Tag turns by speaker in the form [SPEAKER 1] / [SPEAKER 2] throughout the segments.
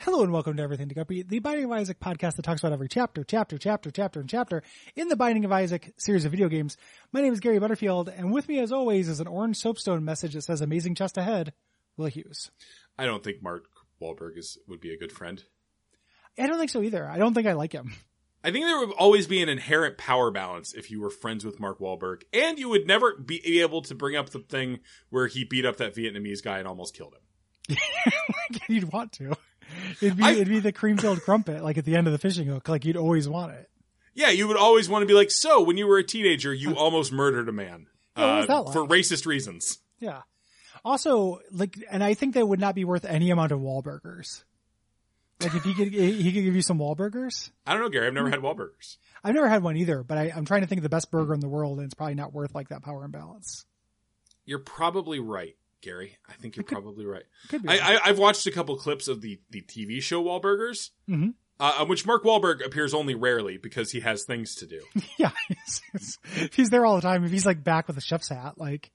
[SPEAKER 1] Hello and welcome to Everything to Guppy, the Binding of Isaac podcast that talks about every chapter, chapter, chapter, chapter, and chapter in the Binding of Isaac series of video games. My name is Gary Butterfield, and with me as always is an orange soapstone message that says amazing chest ahead, Will Hughes.
[SPEAKER 2] I don't think Mark Wahlberg is would be a good friend.
[SPEAKER 1] I don't think so either. I don't think I like him.
[SPEAKER 2] I think there would always be an inherent power balance if you were friends with Mark Wahlberg, and you would never be able to bring up the thing where he beat up that Vietnamese guy and almost killed him.
[SPEAKER 1] Like, you'd want to. It'd be
[SPEAKER 2] I-
[SPEAKER 1] it'd be the cream-filled crumpet, like at the end of the fishing hook, like you'd always want it.
[SPEAKER 2] Yeah, you would always want to be like, so when you were a teenager, you almost murdered a man uh,
[SPEAKER 1] Yeah, what was that like?
[SPEAKER 2] for racist reasons.
[SPEAKER 1] Yeah. Also, like, and I think they would not be worth any amount of Wahlburgers. Like if he could, he could give you some Wahlburgers.
[SPEAKER 2] I don't know, Gary. I've
[SPEAKER 1] Hmm.
[SPEAKER 2] never had Wahlburgers.
[SPEAKER 1] I've never had one either, but I, I'm trying to think of the best burger in the world, and it's probably not worth like that power imbalance.
[SPEAKER 2] You're probably right, Gary. I think you're probably right.
[SPEAKER 1] Could be.
[SPEAKER 2] I, I, I've watched a couple clips of the, the TV show Wahlburgers,
[SPEAKER 1] Mhm.
[SPEAKER 2] uh, on which Mark Wahlberg appears only rarely because he has things to do.
[SPEAKER 1] yeah, it's- it's- if he's there all the time, if he's like back with a chef's hat, like,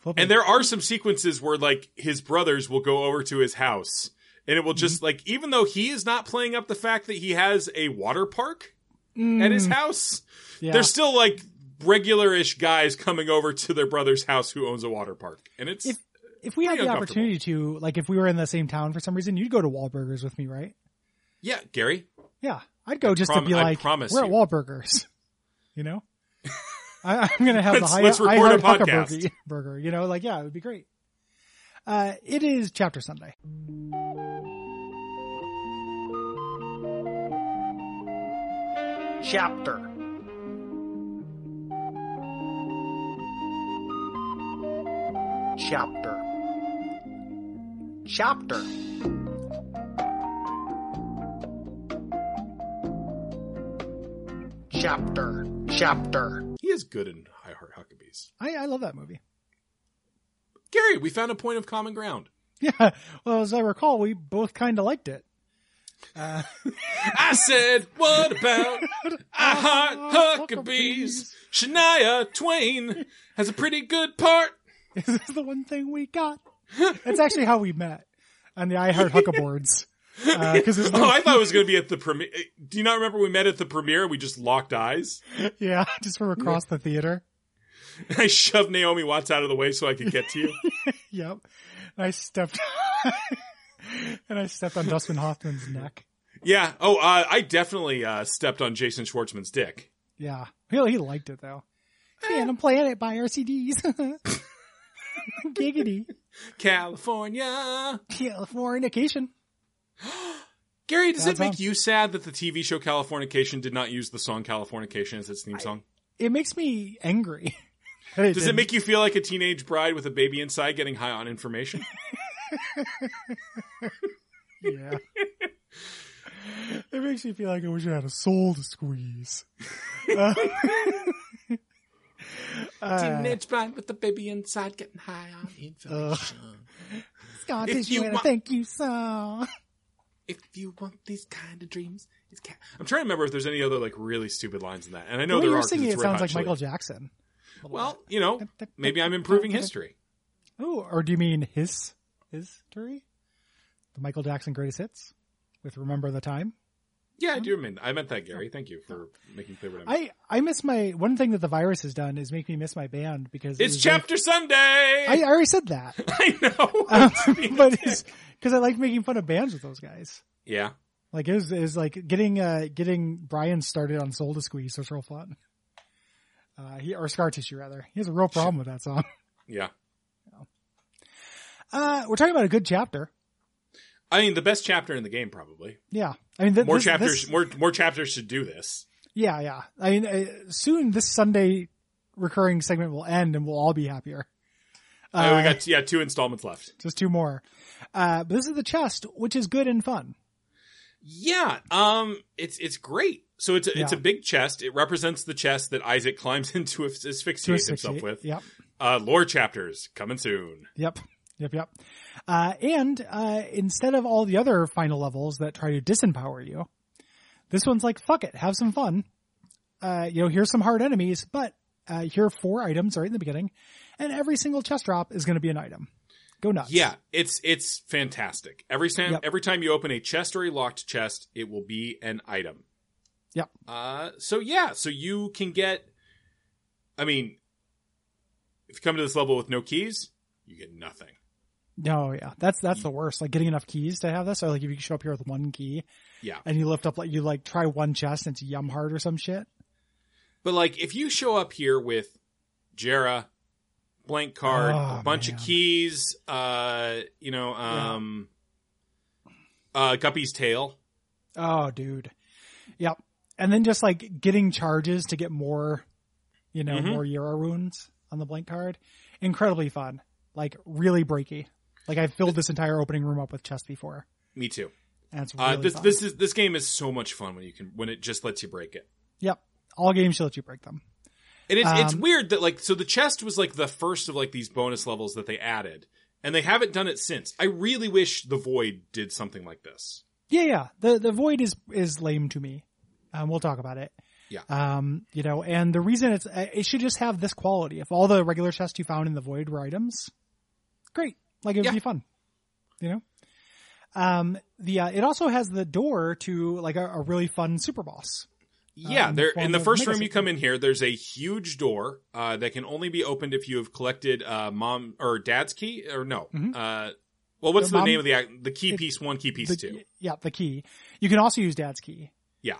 [SPEAKER 1] flipping-
[SPEAKER 2] And there are some sequences where like his brothers will go over to his house and it will just
[SPEAKER 1] Mm-hmm.
[SPEAKER 2] like even though he is not playing up the fact that he has a water park at his house,
[SPEAKER 1] Mm. yeah.
[SPEAKER 2] there's still like regular-ish guys coming over to their brother's house who owns a water park. And it's
[SPEAKER 1] If- if we had
[SPEAKER 2] pretty
[SPEAKER 1] the
[SPEAKER 2] uncomfortable.
[SPEAKER 1] opportunity to, like, if we were in the same town for some reason, you'd go to Wahlburgers with me, right?
[SPEAKER 2] yeah, Gary,
[SPEAKER 1] Yeah, I'd go just
[SPEAKER 2] prom-
[SPEAKER 1] to be
[SPEAKER 2] I
[SPEAKER 1] like,
[SPEAKER 2] promise
[SPEAKER 1] we're at
[SPEAKER 2] you."
[SPEAKER 1] Wahlburgers, you know. I, I'm gonna have the
[SPEAKER 2] Let's-
[SPEAKER 1] high,
[SPEAKER 2] let's
[SPEAKER 1] I
[SPEAKER 2] record a
[SPEAKER 1] heart Huckabur-
[SPEAKER 2] podcast.
[SPEAKER 1] burger, you know, like yeah, it would be great. Uh, it is chapter Sunday.
[SPEAKER 3] chapter. Chapter. Chapter. Chapter. Chapter.
[SPEAKER 2] he is good in High Heart Huckabees.
[SPEAKER 1] I, I love that movie.
[SPEAKER 2] Gary, we found a point of common ground.
[SPEAKER 1] Yeah. Well, as I recall, we both kind of liked it. Uh,
[SPEAKER 2] I said, what about I heart Huckabees? Shania Twain has a pretty good part.
[SPEAKER 1] this is the one thing we got. That's actually how we met on the I Heart Huckaboards. Uh, Because it's
[SPEAKER 2] Oh, I thought it was going to be at the premiere. Do you not remember we met at the premiere and we just locked eyes?
[SPEAKER 1] yeah, just from across the theater.
[SPEAKER 2] I shoved Naomi Watts out of the way so I could get to you.
[SPEAKER 1] Yep. And I stepped and I stepped on Dustin Hoffman's neck.
[SPEAKER 2] yeah. Oh, uh, I definitely uh, stepped on Jason Schwartzman's dick.
[SPEAKER 1] Yeah. He, he liked it though. Hey, and I'm playing it by RCDs. Giggity.
[SPEAKER 2] California.
[SPEAKER 1] Californication.
[SPEAKER 2] Gary, does
[SPEAKER 1] That's
[SPEAKER 2] it make
[SPEAKER 1] awesome.
[SPEAKER 2] you sad that the TV show Californication did not use the song Californication as its theme song?
[SPEAKER 1] It makes me angry.
[SPEAKER 2] Does it make you feel like a teenage bride with a baby inside getting high on information?
[SPEAKER 1] Yeah. it makes me feel like I wish I had a soul to squeeze. Uh, uh,
[SPEAKER 2] bride with a baby inside getting high on information.
[SPEAKER 1] Scott,
[SPEAKER 2] if
[SPEAKER 1] did you
[SPEAKER 2] you
[SPEAKER 1] want to
[SPEAKER 2] want-
[SPEAKER 1] thank you so.
[SPEAKER 2] If you want these kind of dreams, it's ca- I'm trying to remember if there's any other like really stupid lines in that, and I know
[SPEAKER 1] the way
[SPEAKER 2] there
[SPEAKER 1] you're
[SPEAKER 2] are. 'cause
[SPEAKER 1] singing
[SPEAKER 2] it's
[SPEAKER 1] it
[SPEAKER 2] Red
[SPEAKER 1] sounds
[SPEAKER 2] Hot
[SPEAKER 1] like
[SPEAKER 2] Chili.
[SPEAKER 1] Michael Jackson. a little
[SPEAKER 2] Well,
[SPEAKER 1] bit.
[SPEAKER 2] you know, maybe I'm improving history.
[SPEAKER 1] Oh, or do you mean his history? The Michael Jackson greatest hits with "Remember the Time."
[SPEAKER 2] Yeah, I do mean I meant that, Gary. Thank you for making clear what I meant.
[SPEAKER 1] I I miss my one thing that the virus has done is make me miss my band because it
[SPEAKER 2] it's
[SPEAKER 1] was
[SPEAKER 2] Chapter Sunday.
[SPEAKER 1] like- I, I
[SPEAKER 2] I,
[SPEAKER 1] already said that,
[SPEAKER 2] know,
[SPEAKER 1] Um,
[SPEAKER 2] being
[SPEAKER 1] but because I like making fun of bands with those guys.
[SPEAKER 2] yeah.
[SPEAKER 1] Like it was, it was like getting uh getting Brian started on Soul to Squeeze was real fun. Uh, he or Scar Tissue rather. He has a real problem with that song.
[SPEAKER 2] Yeah.
[SPEAKER 1] Uh, we're talking about a good chapter.
[SPEAKER 2] I mean, the best chapter in the game, probably.
[SPEAKER 1] Yeah, I mean th-
[SPEAKER 2] More
[SPEAKER 1] this-
[SPEAKER 2] chapters,
[SPEAKER 1] this-
[SPEAKER 2] more more chapters should do this.
[SPEAKER 1] Yeah, yeah. I mean, uh, soon this Sunday recurring segment will end, and we'll all be happier.
[SPEAKER 2] Uh, we
[SPEAKER 1] Uh,
[SPEAKER 2] got yeah two installments left.
[SPEAKER 1] just two more. Uh, but this is the chest, which is good and fun.
[SPEAKER 2] Yeah, um, it's it's great. So it's a, it's a
[SPEAKER 1] Yeah.
[SPEAKER 2] big chest. It represents the chest that Isaac climbs into as-
[SPEAKER 1] To
[SPEAKER 2] asphyxiates himself
[SPEAKER 1] asphyxiate.
[SPEAKER 2] with.
[SPEAKER 1] Yep,
[SPEAKER 2] Uh, lore chapters coming soon.
[SPEAKER 1] yep, yep, yep. Uh, and uh, instead of all the other final levels that try to disempower you, this one's like fuck it, have some fun. Uh, you know, here's some hard enemies, but uh, here are four items right in the beginning, and every single chest drop is going to be an item. Go nuts.
[SPEAKER 2] Yeah, it's it's fantastic. Every time
[SPEAKER 1] Yep.
[SPEAKER 2] every time you open a chest or a locked chest, it will be an item.
[SPEAKER 1] Yep.
[SPEAKER 2] Uh so yeah, so you can get I mean if you come to this level with no keys, you get nothing.
[SPEAKER 1] No, yeah, that's that's the worst. Like getting enough keys to have this. So like, if you show up here with one key,
[SPEAKER 2] Yeah.
[SPEAKER 1] and you lift up like you like try one chest and it's yum hard or some shit.
[SPEAKER 2] But like if you show up here with Jera, blank card,
[SPEAKER 1] Oh,
[SPEAKER 2] a bunch
[SPEAKER 1] man.
[SPEAKER 2] of keys, uh, you know, um uh Guppy's tail.
[SPEAKER 1] Oh, dude. Yep. And then just like getting charges to get more, you know,
[SPEAKER 2] Mhm.
[SPEAKER 1] more Euro runes on the blank card. Incredibly fun. Like really breaky. Like I've filled this entire opening room up with chests before.
[SPEAKER 2] Me too.
[SPEAKER 1] And it's really
[SPEAKER 2] Uh, this
[SPEAKER 1] fun.
[SPEAKER 2] this is this game is so much fun when you can when it just lets you break it.
[SPEAKER 1] Yep. All games should let you break them.
[SPEAKER 2] And it's it's
[SPEAKER 1] Um,
[SPEAKER 2] weird that like so the chest was like the first of like these bonus levels that they added, and they haven't done it since. I really wish the Void did something like this.
[SPEAKER 1] Yeah, yeah. The the void is is lame to me. Um, we'll talk about it.
[SPEAKER 2] Yeah.
[SPEAKER 1] Um, you know, and the reason it's uh, it should just have this quality. If all the regular chests you found in the void were items, great. Like it would
[SPEAKER 2] Yeah.
[SPEAKER 1] be fun. You know. Um, the uh, it also has the door to like a, a really fun super boss.
[SPEAKER 2] Yeah,
[SPEAKER 1] in the
[SPEAKER 2] there
[SPEAKER 1] form
[SPEAKER 2] in the
[SPEAKER 1] of
[SPEAKER 2] first
[SPEAKER 1] Mega
[SPEAKER 2] room you
[SPEAKER 1] City.
[SPEAKER 2] come in here. There's a huge door uh, that can only be opened if you have collected uh, mom or dad's key or no.
[SPEAKER 1] Mhm.
[SPEAKER 2] Uh, well, what's
[SPEAKER 1] The
[SPEAKER 2] the
[SPEAKER 1] mom-
[SPEAKER 2] name of the act- the key
[SPEAKER 1] it-
[SPEAKER 2] piece one, key piece
[SPEAKER 1] The-
[SPEAKER 2] two?
[SPEAKER 1] Yeah, the key. You can also use dad's key.
[SPEAKER 2] Yeah.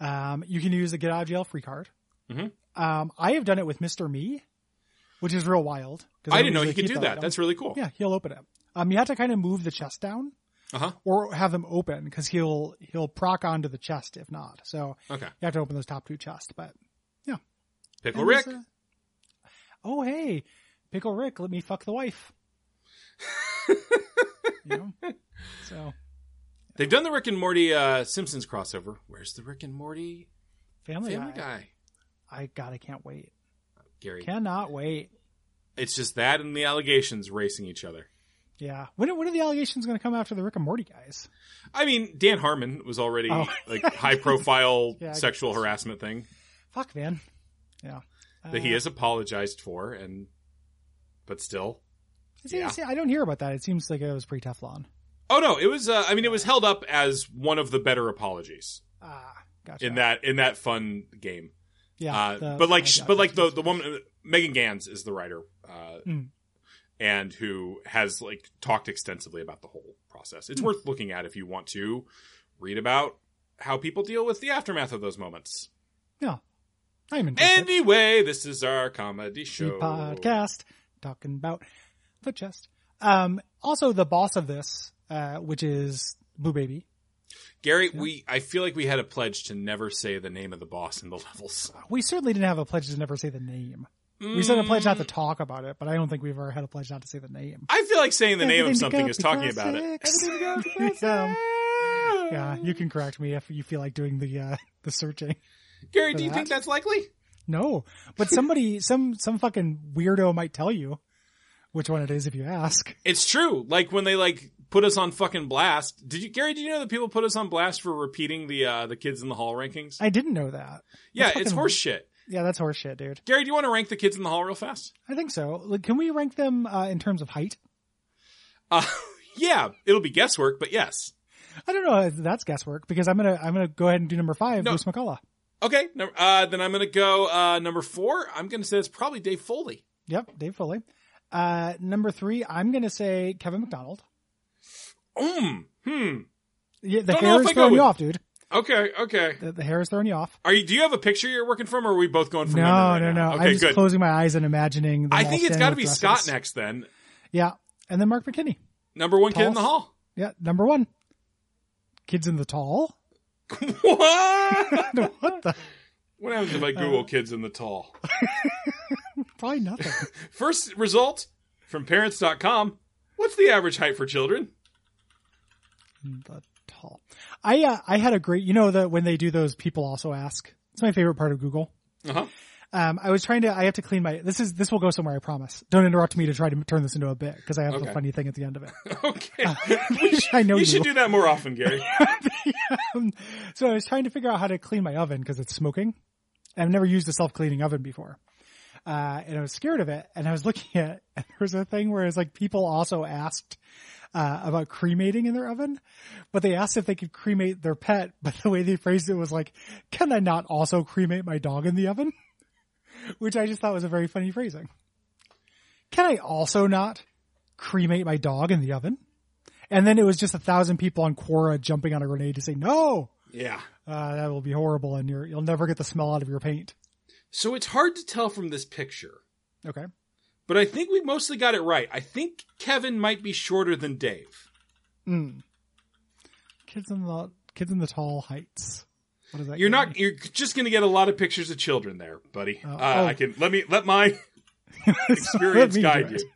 [SPEAKER 1] Um, you can use the get out of jail free card.
[SPEAKER 2] Mhm.
[SPEAKER 1] Um, I have done it with Mister Me, which is real wild. 'cause
[SPEAKER 2] I
[SPEAKER 1] don't
[SPEAKER 2] didn't know
[SPEAKER 1] usually
[SPEAKER 2] you could
[SPEAKER 1] keep
[SPEAKER 2] do that.
[SPEAKER 1] item.
[SPEAKER 2] That's really cool.
[SPEAKER 1] Oh. Yeah, he'll open it. Um, you have to kind of move the chest down
[SPEAKER 2] Uh huh.
[SPEAKER 1] or have them open because he'll he'll proc onto the chest if not. So
[SPEAKER 2] Okay.
[SPEAKER 1] you have to open those top two chests. But
[SPEAKER 2] Pickle Rick.
[SPEAKER 1] And there's a- oh hey, pickle Rick, let me fuck the wife. you know, so
[SPEAKER 2] They've done the Rick and Morty uh, Simpsons crossover. Where's the Rick and Morty
[SPEAKER 1] Family,
[SPEAKER 2] Family
[SPEAKER 1] guy.
[SPEAKER 2] Guy?
[SPEAKER 1] I God, I can't wait.
[SPEAKER 2] Gary.
[SPEAKER 1] Cannot wait.
[SPEAKER 2] It's just that and the allegations racing each other.
[SPEAKER 1] Yeah. When when are the allegations going to come after the Rick and Morty guys?
[SPEAKER 2] I mean, Dan Harmon was already
[SPEAKER 1] Oh.
[SPEAKER 2] like high profile
[SPEAKER 1] Yeah, I
[SPEAKER 2] sexual harassment thing
[SPEAKER 1] Fuck man. Yeah.
[SPEAKER 2] that he
[SPEAKER 1] Uh,
[SPEAKER 2] has apologized for, and but still,
[SPEAKER 1] it seems-
[SPEAKER 2] yeah.
[SPEAKER 1] I don't hear about that. It seems like it was pretty Teflon.
[SPEAKER 2] oh no, it was. Uh, I mean, it was held up as one of the better apologies
[SPEAKER 1] Ah, gotcha.
[SPEAKER 2] in that in that fun game.
[SPEAKER 1] Yeah,
[SPEAKER 2] uh,
[SPEAKER 1] the-
[SPEAKER 2] but like,
[SPEAKER 1] I
[SPEAKER 2] sh
[SPEAKER 1] got
[SPEAKER 2] but like
[SPEAKER 1] it.
[SPEAKER 2] the the woman uh, Megan Gans is the writer, uh,
[SPEAKER 1] Mm.
[SPEAKER 2] and who has like talked extensively about the whole process.
[SPEAKER 1] Hmm.
[SPEAKER 2] It's worth looking at if you want to read about how people deal with the aftermath of those moments.
[SPEAKER 1] I'm interested.
[SPEAKER 2] Anyway, this is our comedy
[SPEAKER 1] The
[SPEAKER 2] show.
[SPEAKER 1] podcast talking about the chest. Um, also the boss of this, uh, which is Blue Baby.
[SPEAKER 2] Gary, we I feel like we had a pledge to never say the name of the boss in the levels.
[SPEAKER 1] We certainly didn't have a pledge to never say the name. We said a pledge not to
[SPEAKER 2] Mm.
[SPEAKER 1] talk about it, but I don't think we've ever had a pledge not to say the name.
[SPEAKER 2] I feel like saying the name of
[SPEAKER 1] Everything
[SPEAKER 2] something
[SPEAKER 1] becomes
[SPEAKER 2] is talking about it.
[SPEAKER 1] classic. Everything becomes
[SPEAKER 2] Um,
[SPEAKER 1] Yeah, you can correct me if you feel like doing the uh, the searching.
[SPEAKER 2] Gary,
[SPEAKER 1] for
[SPEAKER 2] do you think
[SPEAKER 1] that.
[SPEAKER 2] that's likely?
[SPEAKER 1] No, but somebody, some some fucking weirdo might tell you which one it is if you ask.
[SPEAKER 2] It's true. Like when they like put us on fucking blast. Did you Gary, do you know that people put us on blast for repeating the uh the kids in the hall rankings?
[SPEAKER 1] I didn't know that.
[SPEAKER 2] yeah,
[SPEAKER 1] that's
[SPEAKER 2] it's
[SPEAKER 1] fucking-
[SPEAKER 2] horse shit.
[SPEAKER 1] Yeah, that's horseshit, dude.
[SPEAKER 2] Gary, do you want to rank the kids in the hall real fast?
[SPEAKER 1] I think so. Like, can we rank them uh, in terms of height?
[SPEAKER 2] Uh yeah, it'll be guesswork, but yes.
[SPEAKER 1] I don't know if that's guesswork because I'm gonna I'm gonna go ahead and do number five,
[SPEAKER 2] No.
[SPEAKER 1] Bruce McCullough.
[SPEAKER 2] Okay, num- uh, then I'm going to go uh, number four. I'm going to say it's probably Dave Foley.
[SPEAKER 1] Yep, Dave Foley. Uh, number three, I'm gonna say Kevin McDonald.
[SPEAKER 2] Mm, hmm.
[SPEAKER 1] Yeah, the
[SPEAKER 2] Don't know
[SPEAKER 1] hair
[SPEAKER 2] if
[SPEAKER 1] is
[SPEAKER 2] I go
[SPEAKER 1] throwing you
[SPEAKER 2] with-
[SPEAKER 1] off, dude.
[SPEAKER 2] Okay, okay.
[SPEAKER 1] The, the hair is throwing you off.
[SPEAKER 2] Are you? Do you have a picture you're working from, or are we both going from
[SPEAKER 1] No,
[SPEAKER 2] memory
[SPEAKER 1] no,
[SPEAKER 2] right
[SPEAKER 1] no.
[SPEAKER 2] now?
[SPEAKER 1] I'm
[SPEAKER 2] Okay,
[SPEAKER 1] just
[SPEAKER 2] good.
[SPEAKER 1] closing my eyes and imagining. them
[SPEAKER 2] I
[SPEAKER 1] all
[SPEAKER 2] think it's
[SPEAKER 1] standing
[SPEAKER 2] got to
[SPEAKER 1] with
[SPEAKER 2] be
[SPEAKER 1] dresses.
[SPEAKER 2] Scott next, then.
[SPEAKER 1] Yeah, and then Mark McKinney.
[SPEAKER 2] Number one kid in the hall.
[SPEAKER 1] Yeah, number one. Kids in the tall. what
[SPEAKER 2] what?
[SPEAKER 1] the?
[SPEAKER 2] what happens
[SPEAKER 1] Uh,
[SPEAKER 2] if I Google kids in the tall?
[SPEAKER 1] Probably nothing.
[SPEAKER 2] First result from parents.com. What's the average height for children?
[SPEAKER 1] the tall. I uh, I had a great. You know that when they do those, people also ask. It's my favorite part of Google.
[SPEAKER 2] Uh huh.
[SPEAKER 1] Um, I was trying to. I have to clean my. This is this will go somewhere. I promise. Don't interrupt me to try to turn this into a bit because I have the
[SPEAKER 2] Okay.
[SPEAKER 1] funny thing at the end of it.
[SPEAKER 2] Okay. We should-
[SPEAKER 1] I know
[SPEAKER 2] you
[SPEAKER 1] you.
[SPEAKER 2] should do that more often, Gary.
[SPEAKER 1] Um, so I was trying to figure out how to clean my oven because it's smoking. I've never used a self cleaning oven before. uh, and I was scared of it. And I was looking at and there was a thing where it's like people also asked uh, about cremating in their oven, but they asked if they could cremate their pet. But the way they phrased it was like, "Can I not also cremate my dog in the oven?" Which I just thought was a very funny phrasing. Can I also not cremate my dog in the oven? And then it was just a thousand people on Quora jumping on a grenade to say, "No,
[SPEAKER 2] Yeah.
[SPEAKER 1] uh, that will be horrible, and you're, you'll never get the smell out of your paint."
[SPEAKER 2] So it's hard to tell from this picture,
[SPEAKER 1] Okay.
[SPEAKER 2] but I think we mostly got it right. I think Kevin might be shorter than Dave.
[SPEAKER 1] Mm. Kids in the kids in the tall heights. What is that?
[SPEAKER 2] You're
[SPEAKER 1] game?
[SPEAKER 2] not. You're just going to get a lot of pictures of children there, buddy.
[SPEAKER 1] Oh.
[SPEAKER 2] uh, I
[SPEAKER 1] Oh.
[SPEAKER 2] can let me let my
[SPEAKER 1] Let
[SPEAKER 2] experience
[SPEAKER 1] me do
[SPEAKER 2] guide
[SPEAKER 1] it.
[SPEAKER 2] you.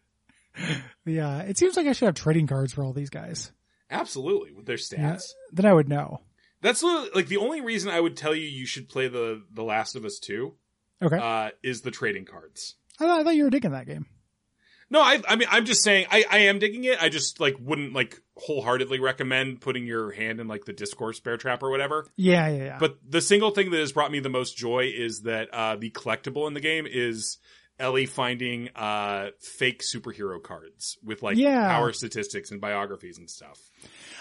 [SPEAKER 1] Yeah, it seems like I should have trading cards for all these guys.
[SPEAKER 2] Absolutely, with their stats.
[SPEAKER 1] Yeah. Then I would know.
[SPEAKER 2] That's literally, like the only reason I would tell you you should play the the Last of Us Two
[SPEAKER 1] Okay,
[SPEAKER 2] uh, is the trading cards.
[SPEAKER 1] I, thought, I thought you were digging that game.
[SPEAKER 2] No, I, I mean, I'm just saying, I, I am digging it. I just like wouldn't like wholeheartedly recommend putting your hand in like the Discourse Bear Trap or whatever.
[SPEAKER 1] Yeah, yeah, yeah.
[SPEAKER 2] But the single thing that has brought me the most joy is that uh, the collectible in the game is Ellie finding uh, fake superhero cards with like
[SPEAKER 1] Yeah.
[SPEAKER 2] power statistics and biographies and stuff.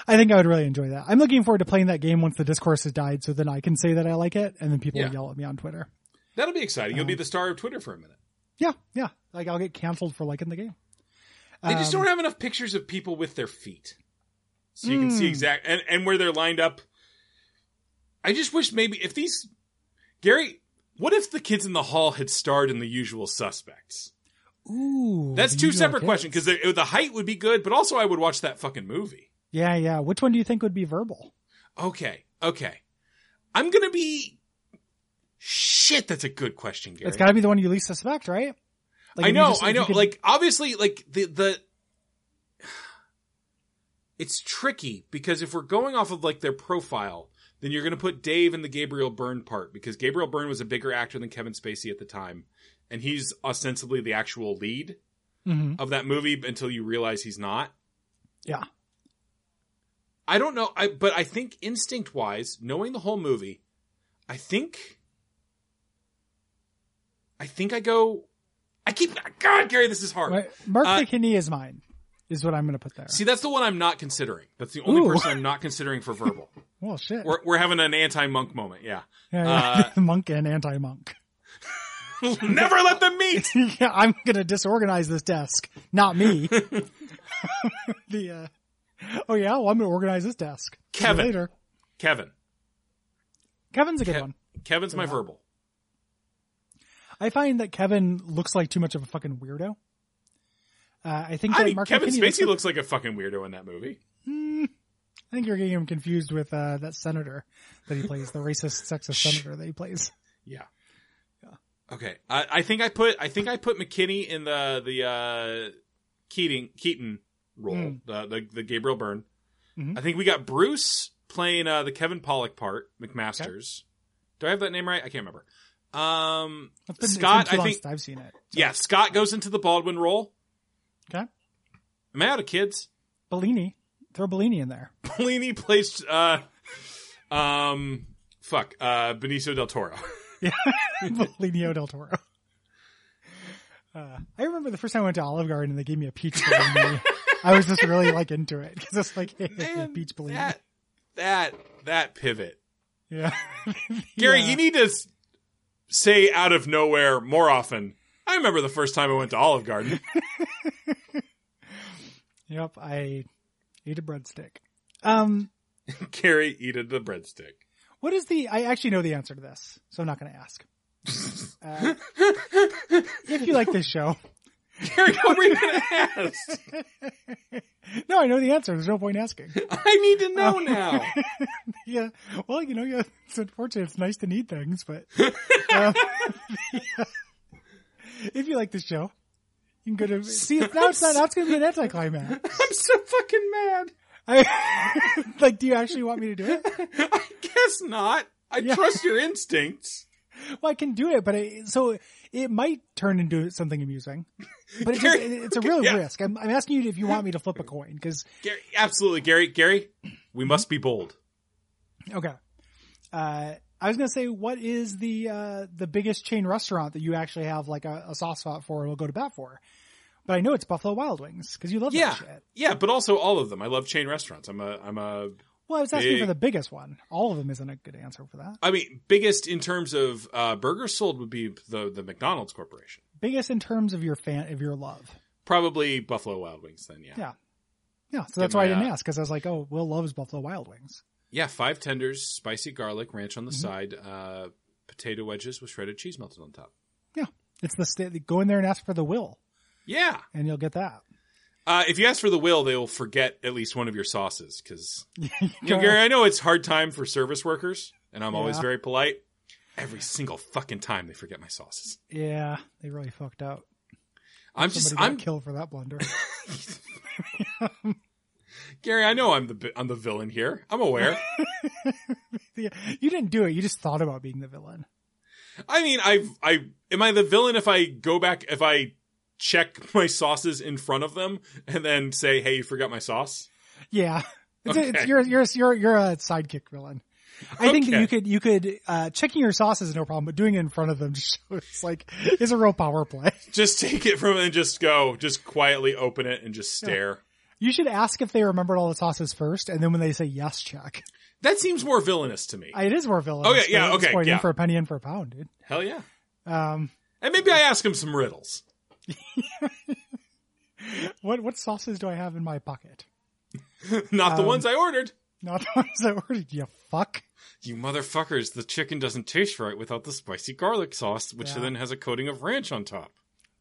[SPEAKER 1] I think I would really enjoy that. I'm looking forward to playing that game once the discourse has died, so then I can say that I like it, and then people
[SPEAKER 2] Yeah.
[SPEAKER 1] will yell at me on Twitter.
[SPEAKER 2] That'll be exciting. You'll be
[SPEAKER 1] Um,
[SPEAKER 2] the star of Twitter for a minute.
[SPEAKER 1] Yeah, yeah. Like I'll get canceled for liking the game.
[SPEAKER 2] They just
[SPEAKER 1] Um,
[SPEAKER 2] don't have enough pictures of people with their feet, so you can see
[SPEAKER 1] Mm.
[SPEAKER 2] exact and and where they're lined up. I just wish maybe if these Gary, what if the kids in the hall had starred in The Usual Suspects?
[SPEAKER 1] Ooh,
[SPEAKER 2] That's
[SPEAKER 1] the
[SPEAKER 2] two
[SPEAKER 1] usual
[SPEAKER 2] separate
[SPEAKER 1] kids.
[SPEAKER 2] questions because the, the height would be good, but also I would watch that fucking movie.
[SPEAKER 1] Yeah, yeah. Which one do you think would be verbal?
[SPEAKER 2] Okay, okay, I'm gonna be. Shit, that's a good question, Gary.
[SPEAKER 1] It's got to be the one you least suspect, right? Like,
[SPEAKER 2] I
[SPEAKER 1] if you
[SPEAKER 2] know,
[SPEAKER 1] just-
[SPEAKER 2] I
[SPEAKER 1] if you
[SPEAKER 2] know.
[SPEAKER 1] could-
[SPEAKER 2] Like obviously, like the the it's tricky because if we're going off of like their profile, then you're going to put Dave in the Gabriel Byrne part because Gabriel Byrne was a bigger actor than Kevin Spacey at the time, and he's ostensibly the actual lead
[SPEAKER 1] Mhm.
[SPEAKER 2] of that movie until you realize he's not.
[SPEAKER 1] Yeah.
[SPEAKER 2] I don't know, I but I think instinct wise, knowing the whole movie, I think I think I go I keep God, Gary, this is hard.
[SPEAKER 1] Right. Mark
[SPEAKER 2] Uh,
[SPEAKER 1] McKinney is mine, is what I'm going to put there.
[SPEAKER 2] See, that's the one I'm not considering. That's the only
[SPEAKER 1] Ooh.
[SPEAKER 2] person I'm not considering for verbal.
[SPEAKER 1] well, shit.
[SPEAKER 2] We're, we're having an anti-monk moment. Yeah.
[SPEAKER 1] Yeah,
[SPEAKER 2] uh,
[SPEAKER 1] yeah. monk and anti-monk.
[SPEAKER 2] Never let them meet.
[SPEAKER 1] yeah, I'm going to disorganize this desk. Not me. the, uh, oh yeah, well, I'm going to organize this desk. See you
[SPEAKER 2] Kevin.
[SPEAKER 1] later.
[SPEAKER 2] Kevin.
[SPEAKER 1] Kevin's a good
[SPEAKER 2] Kev-
[SPEAKER 1] one.
[SPEAKER 2] Kevin's my
[SPEAKER 1] Yeah.
[SPEAKER 2] verbal.
[SPEAKER 1] I find that Kevin looks like too much of a fucking weirdo. Uh, I think that
[SPEAKER 2] I mean,
[SPEAKER 1] Mark
[SPEAKER 2] Kevin
[SPEAKER 1] McKinney
[SPEAKER 2] Spacey
[SPEAKER 1] like-
[SPEAKER 2] looks like a fucking weirdo in that movie.
[SPEAKER 1] Hmm. I think you're getting him confused with uh, that senator that he plays, the racist, sexist
[SPEAKER 2] Shh.
[SPEAKER 1] senator that he plays.
[SPEAKER 2] Yeah. Okay. I, I think I put I think I put McKinney in the the uh, Keating Keaton role,
[SPEAKER 1] Mm.
[SPEAKER 2] the, the the Gabriel Byrne.
[SPEAKER 1] Mhm.
[SPEAKER 2] I think we got Bruce playing uh, the Kevin Pollock part, McMasters. Do I have that name right? I can't remember. Um,
[SPEAKER 1] It's been, it's been
[SPEAKER 2] Scott,
[SPEAKER 1] too
[SPEAKER 2] I
[SPEAKER 1] long
[SPEAKER 2] think-
[SPEAKER 1] since I've seen it.
[SPEAKER 2] Yeah, Scott goes into the Baldwin role.
[SPEAKER 1] Okay.
[SPEAKER 2] Am I out of kids?
[SPEAKER 1] Bellini. Throw Bellini in there.
[SPEAKER 2] Bellini plays uh um fuck, uh Benicio del Toro.
[SPEAKER 1] Bellini del Toro. Uh, I remember the first time I went to Olive Garden and they gave me a peach Bellini. I was just really like into it because it's like hey,
[SPEAKER 2] Man,
[SPEAKER 1] peach Bellini.
[SPEAKER 2] that that that pivot.
[SPEAKER 1] Yeah,
[SPEAKER 2] Gary,
[SPEAKER 1] Yeah.
[SPEAKER 2] you need to s- say out of nowhere more often. I remember the first time I went to Olive Garden.
[SPEAKER 1] Yep, I ate a breadstick. Um,
[SPEAKER 2] Gary eated the breadstick.
[SPEAKER 1] what is the? I actually know the answer to this, so I'm not going to ask. Uh, if you like this show,
[SPEAKER 2] Gary, what were you gonna ask?
[SPEAKER 1] no, I know the answer. There's no point asking.
[SPEAKER 2] I need to
[SPEAKER 1] Oh.
[SPEAKER 2] know now.
[SPEAKER 1] yeah. Well, you know, yeah, it's unfortunate. It's nice to need things, but um, if you like this show, you can go to see. Now it's not. Now it's going to be an anticlimax.
[SPEAKER 2] I'm so fucking mad.
[SPEAKER 1] I, like, do you actually want me to do it?
[SPEAKER 2] I guess not. I
[SPEAKER 1] Yeah.
[SPEAKER 2] trust your instincts.
[SPEAKER 1] Well, I can do it, but I, so it might turn into something amusing. But it just, it, it's a real
[SPEAKER 2] Yeah.
[SPEAKER 1] risk. I'm, I'm asking you if you want me to flip a coin because
[SPEAKER 2] Gary, absolutely, Gary. Gary, we must be bold.
[SPEAKER 1] okay, uh, I was gonna say, what is the uh, the biggest chain restaurant that you actually have like a, a soft spot for and will go to bat for? But I know it's Buffalo Wild Wings because you love
[SPEAKER 2] Yeah.
[SPEAKER 1] that shit.
[SPEAKER 2] Yeah, but also all of them. I love chain restaurants. I'm a I'm a
[SPEAKER 1] Well, I was asking
[SPEAKER 2] Big.
[SPEAKER 1] for the biggest one. All of them isn't a good answer for that.
[SPEAKER 2] I mean biggest in terms of uh, burgers sold would be the the McDonald's Corporation.
[SPEAKER 1] Biggest in terms of your fan of your love.
[SPEAKER 2] Probably Buffalo Wild Wings then. Yeah.
[SPEAKER 1] Yeah. Yeah, so that's
[SPEAKER 2] Get
[SPEAKER 1] why I
[SPEAKER 2] my,
[SPEAKER 1] didn't
[SPEAKER 2] uh,
[SPEAKER 1] ask because I was like, oh, Will loves Buffalo Wild Wings.
[SPEAKER 2] Yeah, five tenders, spicy garlic ranch on the
[SPEAKER 1] Mhm.
[SPEAKER 2] side, uh, potato wedges with shredded cheese melted on top.
[SPEAKER 1] It's the sta- go in there and ask for the Will,
[SPEAKER 2] Yeah.
[SPEAKER 1] and you'll get that.
[SPEAKER 2] Uh, if you ask for the will, they will forget at least one of your sauces because
[SPEAKER 1] Go-
[SPEAKER 2] Gary, I know it's hard time for service workers, and I'm always
[SPEAKER 1] Yeah.
[SPEAKER 2] very polite. Every single fucking time they forget my sauces.
[SPEAKER 1] yeah, they really fucked up.
[SPEAKER 2] I'm just,
[SPEAKER 1] Somebody got
[SPEAKER 2] I'm
[SPEAKER 1] killed for that blunder.
[SPEAKER 2] Gary. I know I'm the bi- I'm the villain here. I'm aware.
[SPEAKER 1] Yeah, you didn't do it. You just thought about being the villain.
[SPEAKER 2] I mean, I I am I the villain if I go back if I check my sauces in front of them and then say, "Hey, you forgot my sauce."
[SPEAKER 1] Yeah, it's, a, it's
[SPEAKER 2] Okay.
[SPEAKER 1] you're you're you're you're a sidekick villain. I think that
[SPEAKER 2] Okay.
[SPEAKER 1] you could you could uh checking your sauce is no problem, but doing it in front of them just shows like is a real power play.
[SPEAKER 2] Just take it from and just go. Just quietly open it and just stare.
[SPEAKER 1] You should ask if they remembered all the sauces first, and then when they say yes, check.
[SPEAKER 2] That seems more villainous to me.
[SPEAKER 1] I- It is more villain.
[SPEAKER 2] Okay, Oh, yeah, okay,
[SPEAKER 1] Point
[SPEAKER 2] yeah.
[SPEAKER 1] in for a penny, in for a pound, dude.
[SPEAKER 2] Hell yeah.
[SPEAKER 1] Um,
[SPEAKER 2] And maybe I ask him some riddles.
[SPEAKER 1] what what sauces do I have in my pocket?
[SPEAKER 2] Not the
[SPEAKER 1] Um,
[SPEAKER 2] ones I ordered.
[SPEAKER 1] Not the ones that ordered you. Fuck.
[SPEAKER 2] You motherfuckers, the chicken doesn't taste right without the spicy garlic sauce, which
[SPEAKER 1] Yeah.
[SPEAKER 2] then has a coating of ranch on top.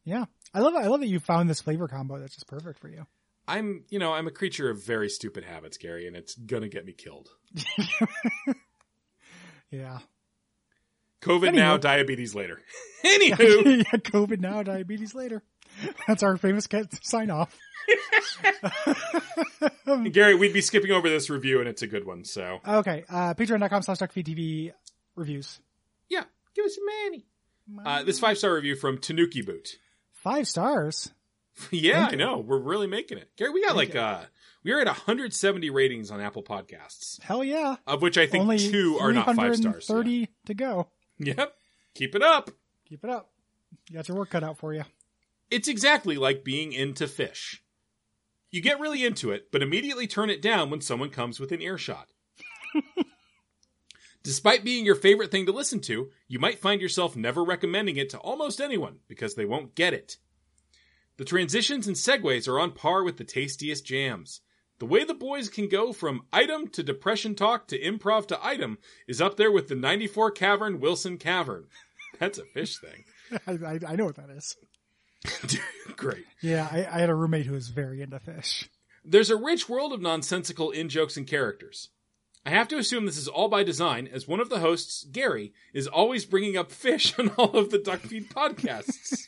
[SPEAKER 1] Yeah, I love I love that you found this flavor combo that's just perfect for you.
[SPEAKER 2] I'm, you know, I'm a creature of very stupid habits, Gary, and it's gonna get me killed.
[SPEAKER 1] Yeah.
[SPEAKER 2] COVID
[SPEAKER 1] Anywho.
[SPEAKER 2] now, diabetes later.
[SPEAKER 1] yeah,
[SPEAKER 2] Anywho,
[SPEAKER 1] COVID now, diabetes later. That's our famous cat sign off.
[SPEAKER 2] Gary, we'd be skipping over this review, and it's a good one. So,
[SPEAKER 1] okay, uh, patreon.com slash TV reviews.
[SPEAKER 2] yeah, give us a money. Uh, this five star review from Tanuki Boot.
[SPEAKER 1] Five stars.
[SPEAKER 2] yeah,
[SPEAKER 1] Thank
[SPEAKER 2] I
[SPEAKER 1] you.
[SPEAKER 2] know we're really making it, Gary. We got
[SPEAKER 1] Thank
[SPEAKER 2] like
[SPEAKER 1] you.
[SPEAKER 2] uh, we are at 170 ratings on Apple Podcasts,
[SPEAKER 1] Hell yeah.
[SPEAKER 2] of which I think
[SPEAKER 1] Only
[SPEAKER 2] two are not five stars. Yeah.
[SPEAKER 1] 30 to go.
[SPEAKER 2] Yep, keep it up.
[SPEAKER 1] Keep it up. You got your work cut out for you.
[SPEAKER 2] It's exactly like being into fish. You get really into it, but immediately turn it down when someone comes within earshot. Despite being your favorite thing to listen to, you might find yourself never recommending it to almost anyone because they won't get it. The transitions and segues are on par with the tastiest jams. The way the boys can go from item to depression talk to improv to item is up there with the 94 Cavern Wilson Cavern. That's a fish thing.
[SPEAKER 1] I, I, I know what that is.
[SPEAKER 2] Great.
[SPEAKER 1] Yeah, I, I had a roommate who was very into fish.
[SPEAKER 2] There's a rich world of nonsensical in jokes and characters. I have to assume this is all by design, as one of the hosts, Gary, is always bringing up fish on all of the Duck Feed podcasts.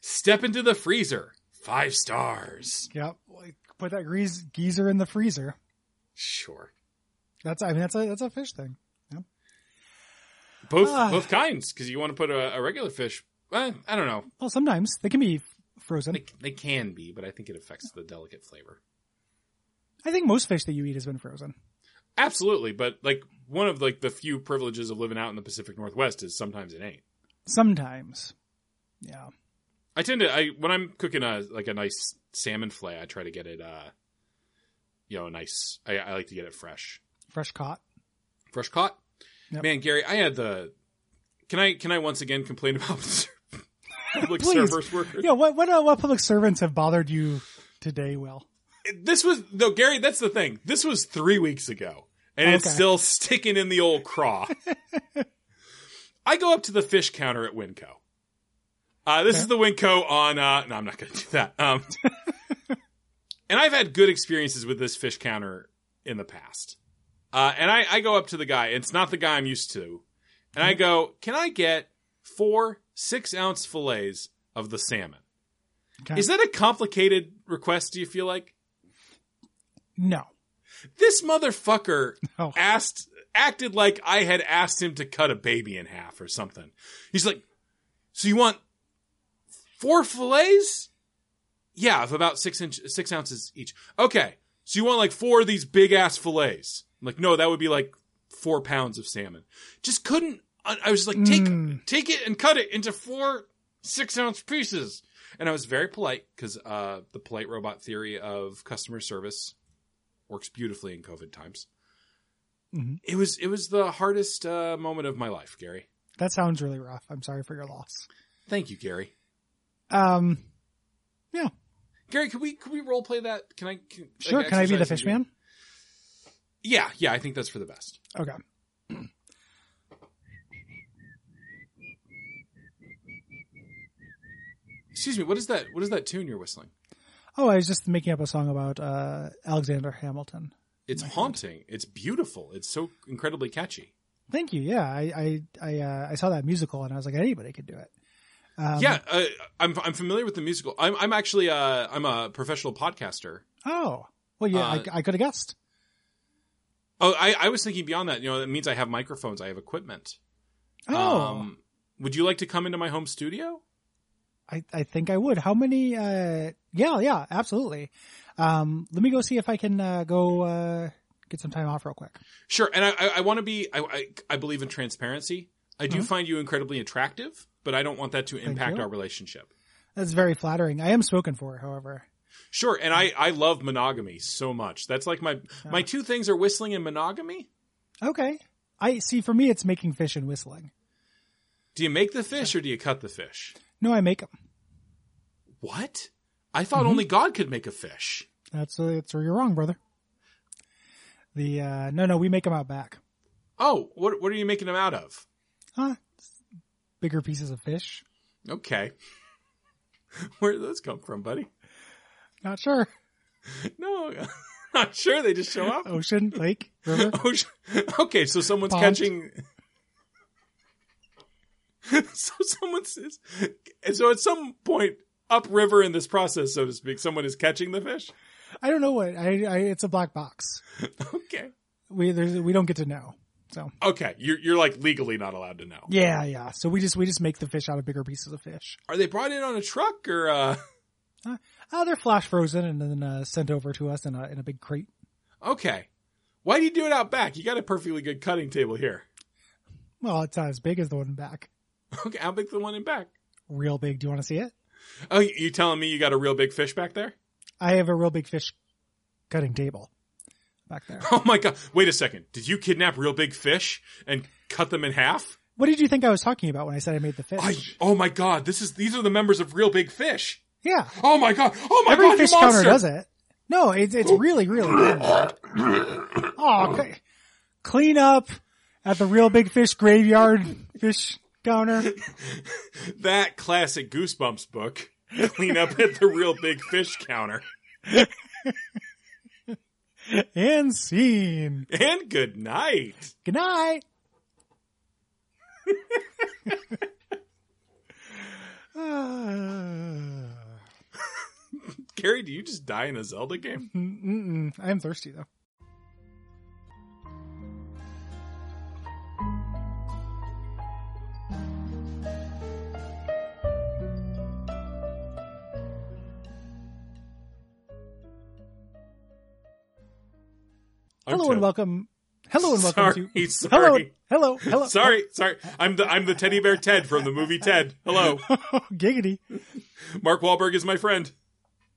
[SPEAKER 2] Step into the freezer. Five stars.
[SPEAKER 1] Yep. Like, put that grease geezer in the freezer.
[SPEAKER 2] Sure.
[SPEAKER 1] That's I mean that's a that's a fish thing.
[SPEAKER 2] Both
[SPEAKER 1] Ah.
[SPEAKER 2] both kinds, because you want to put a, a regular fish. eh, I don't know.
[SPEAKER 1] Well, sometimes they can be frozen.
[SPEAKER 2] They, they can be, but I think it affects the delicate flavor.
[SPEAKER 1] I think most fish that you eat has been frozen.
[SPEAKER 2] Absolutely, but like one of like the few privileges of living out in the Pacific Northwest is sometimes it ain't.
[SPEAKER 1] Sometimes. Yeah.
[SPEAKER 2] I tend to I when I'm cooking a like a nice salmon fillet, I try to get it uh you know, nice I, I like to get it fresh.
[SPEAKER 1] Fresh caught.
[SPEAKER 2] Fresh caught.
[SPEAKER 1] Yep.
[SPEAKER 2] Man, Gary, I had the can I can I once again complain about public
[SPEAKER 1] Please.
[SPEAKER 2] service workers?
[SPEAKER 1] Yeah, what what uh, what public servants have bothered you today, Will?
[SPEAKER 2] This was no Gary, that's the thing. This was three weeks ago. And it's
[SPEAKER 1] Okay.
[SPEAKER 2] still sticking in the old craw. I go up to the fish counter at Winco. Uh, this
[SPEAKER 1] Okay.
[SPEAKER 2] is the Winco on. Uh, no, I'm not going to do that. Um, and I've had good experiences with this fish counter in the past. Uh, and I, I go up to the guy. It's not the guy I'm used to. And
[SPEAKER 1] Mm-hmm.
[SPEAKER 2] I go, "Can I get four six ounce fillets of the salmon?"
[SPEAKER 1] Okay.
[SPEAKER 2] Is that a complicated request? Do you feel like
[SPEAKER 1] No.
[SPEAKER 2] this motherfucker
[SPEAKER 1] Oh.
[SPEAKER 2] asked acted like I had asked him to cut a baby in half or something. He's like, "So you want four fillets? Yeah, of about six inch six ounces each. Okay, so you want like four of these big ass fillets? I'm like, no, that would be like four pounds of salmon. Just couldn't. I I was just like, take
[SPEAKER 1] Mm.
[SPEAKER 2] take it and cut it into four six ounce pieces. And I was very polite because uh, the polite robot theory of customer service works beautifully in COVID times.
[SPEAKER 1] Mhm.
[SPEAKER 2] It was it was the hardest uh, moment of my life, Gary.
[SPEAKER 1] That sounds really rough. I'm sorry for your loss.
[SPEAKER 2] Thank you, Gary.
[SPEAKER 1] Um,
[SPEAKER 2] Gary, can we can we role play that? Can I? Can, like,
[SPEAKER 1] sure. Can I be the
[SPEAKER 2] exercise and do-
[SPEAKER 1] fish man?
[SPEAKER 2] Yeah, yeah. I think that's for the best.
[SPEAKER 1] Okay.
[SPEAKER 2] Excuse me. What is that? What is that tune you're whistling?
[SPEAKER 1] Oh, I was just making up a song about uh, Alexander Hamilton.
[SPEAKER 2] It's haunting. It's beautiful. It's so incredibly catchy.
[SPEAKER 1] Thank you. Yeah, I I I, uh, I saw that musical and I was like, anybody could do it. Um,
[SPEAKER 2] yeah, uh, I'm I'm familiar with the musical. I'm I'm actually uh I'm a professional podcaster.
[SPEAKER 1] Oh, well, yeah,
[SPEAKER 2] Uh,
[SPEAKER 1] I, I could have guessed.
[SPEAKER 2] Oh, I I was thinking beyond that. You know, that means I have microphones. I have equipment.
[SPEAKER 1] Oh,
[SPEAKER 2] Um, would you like to come into my home studio?
[SPEAKER 1] I, I think I would. How many? Uh, yeah, yeah, absolutely. Um, let me go see if I can uh, go uh, get some time off real quick.
[SPEAKER 2] Sure. And I I, I want to be. I, I I believe in transparency. I do find you incredibly attractive, but I don't want that to impact
[SPEAKER 1] Uh-huh. you.
[SPEAKER 2] our relationship.
[SPEAKER 1] That's very flattering. I am spoken for, however.
[SPEAKER 2] Sure, and I I love monogamy so much. That's like my my two things are whistling and monogamy.
[SPEAKER 1] Okay. I see. For me, it's making fish and whistling.
[SPEAKER 2] Do you make the fish or do you cut the fish?
[SPEAKER 1] No, I make them.
[SPEAKER 2] What? I thought only God could make a fish.
[SPEAKER 1] That's uh, that's where you're wrong, brother. The uh, no, no, we make them out back.
[SPEAKER 2] Oh, what what are you making them out of?
[SPEAKER 1] Huh? Bigger pieces of fish.
[SPEAKER 2] Okay. Where did those come from, buddy?
[SPEAKER 1] Not sure.
[SPEAKER 2] No, not sure. They just show up.
[SPEAKER 1] Ocean, lake, river.
[SPEAKER 2] Oh, sh- okay, so someone's
[SPEAKER 1] Oh, Pond.
[SPEAKER 2] catching. so someone says, so at some point upriver in this process, so to speak, someone is catching the fish.
[SPEAKER 1] I don't know what. I, I it's a black box.
[SPEAKER 2] Okay.
[SPEAKER 1] We there's, we don't get to know. So
[SPEAKER 2] Okay, you're you're like legally not allowed to know.
[SPEAKER 1] yeah, yeah. So we just we just make the fish out of bigger pieces of fish.
[SPEAKER 2] Are they brought in on a truck or? uh
[SPEAKER 1] Uh, they're flash frozen and then uh, sent over to us in a in a big crate.
[SPEAKER 2] Okay, why do you do it out back? You got a perfectly good cutting table here.
[SPEAKER 1] Well, it's not as big as the one back.
[SPEAKER 2] Okay, I'll make the one in back.
[SPEAKER 1] Real big. Do you want to see it?
[SPEAKER 2] Oh, you you telling me you got a real big fish back there?
[SPEAKER 1] I have a real big fish cutting table back there.
[SPEAKER 2] Oh my god! Wait a second. Did you kidnap real big fish and cut them in half?
[SPEAKER 1] What did you think I was talking about when I said I made the fish?
[SPEAKER 2] I, oh my god! This is these are the members of real big fish.
[SPEAKER 1] yeah,
[SPEAKER 2] Oh my god! Oh my
[SPEAKER 1] every
[SPEAKER 2] god!
[SPEAKER 1] fish
[SPEAKER 2] you
[SPEAKER 1] counter
[SPEAKER 2] monster!
[SPEAKER 1] does it. No, it's it's really really. good. Oh, okay. clean up at the real big fish graveyard fish counter.
[SPEAKER 2] That classic Goosebumps book. Clean up at the real big fish counter.
[SPEAKER 1] And scene.
[SPEAKER 2] And good night.
[SPEAKER 1] Good night. Ah.
[SPEAKER 2] Gary, do you just die in a Zelda game?
[SPEAKER 1] Mm-mm. I am thirsty though.
[SPEAKER 2] I'm
[SPEAKER 1] Hello and
[SPEAKER 2] Ted.
[SPEAKER 1] welcome. Hello and welcome
[SPEAKER 2] Sorry,
[SPEAKER 1] to
[SPEAKER 2] sorry.
[SPEAKER 1] hello, hello, hello.
[SPEAKER 2] Sorry, sorry. I'm the I'm the teddy bear Ted from the movie Ted. Hello,
[SPEAKER 1] Giggity.
[SPEAKER 2] Mark Wahlberg is my friend.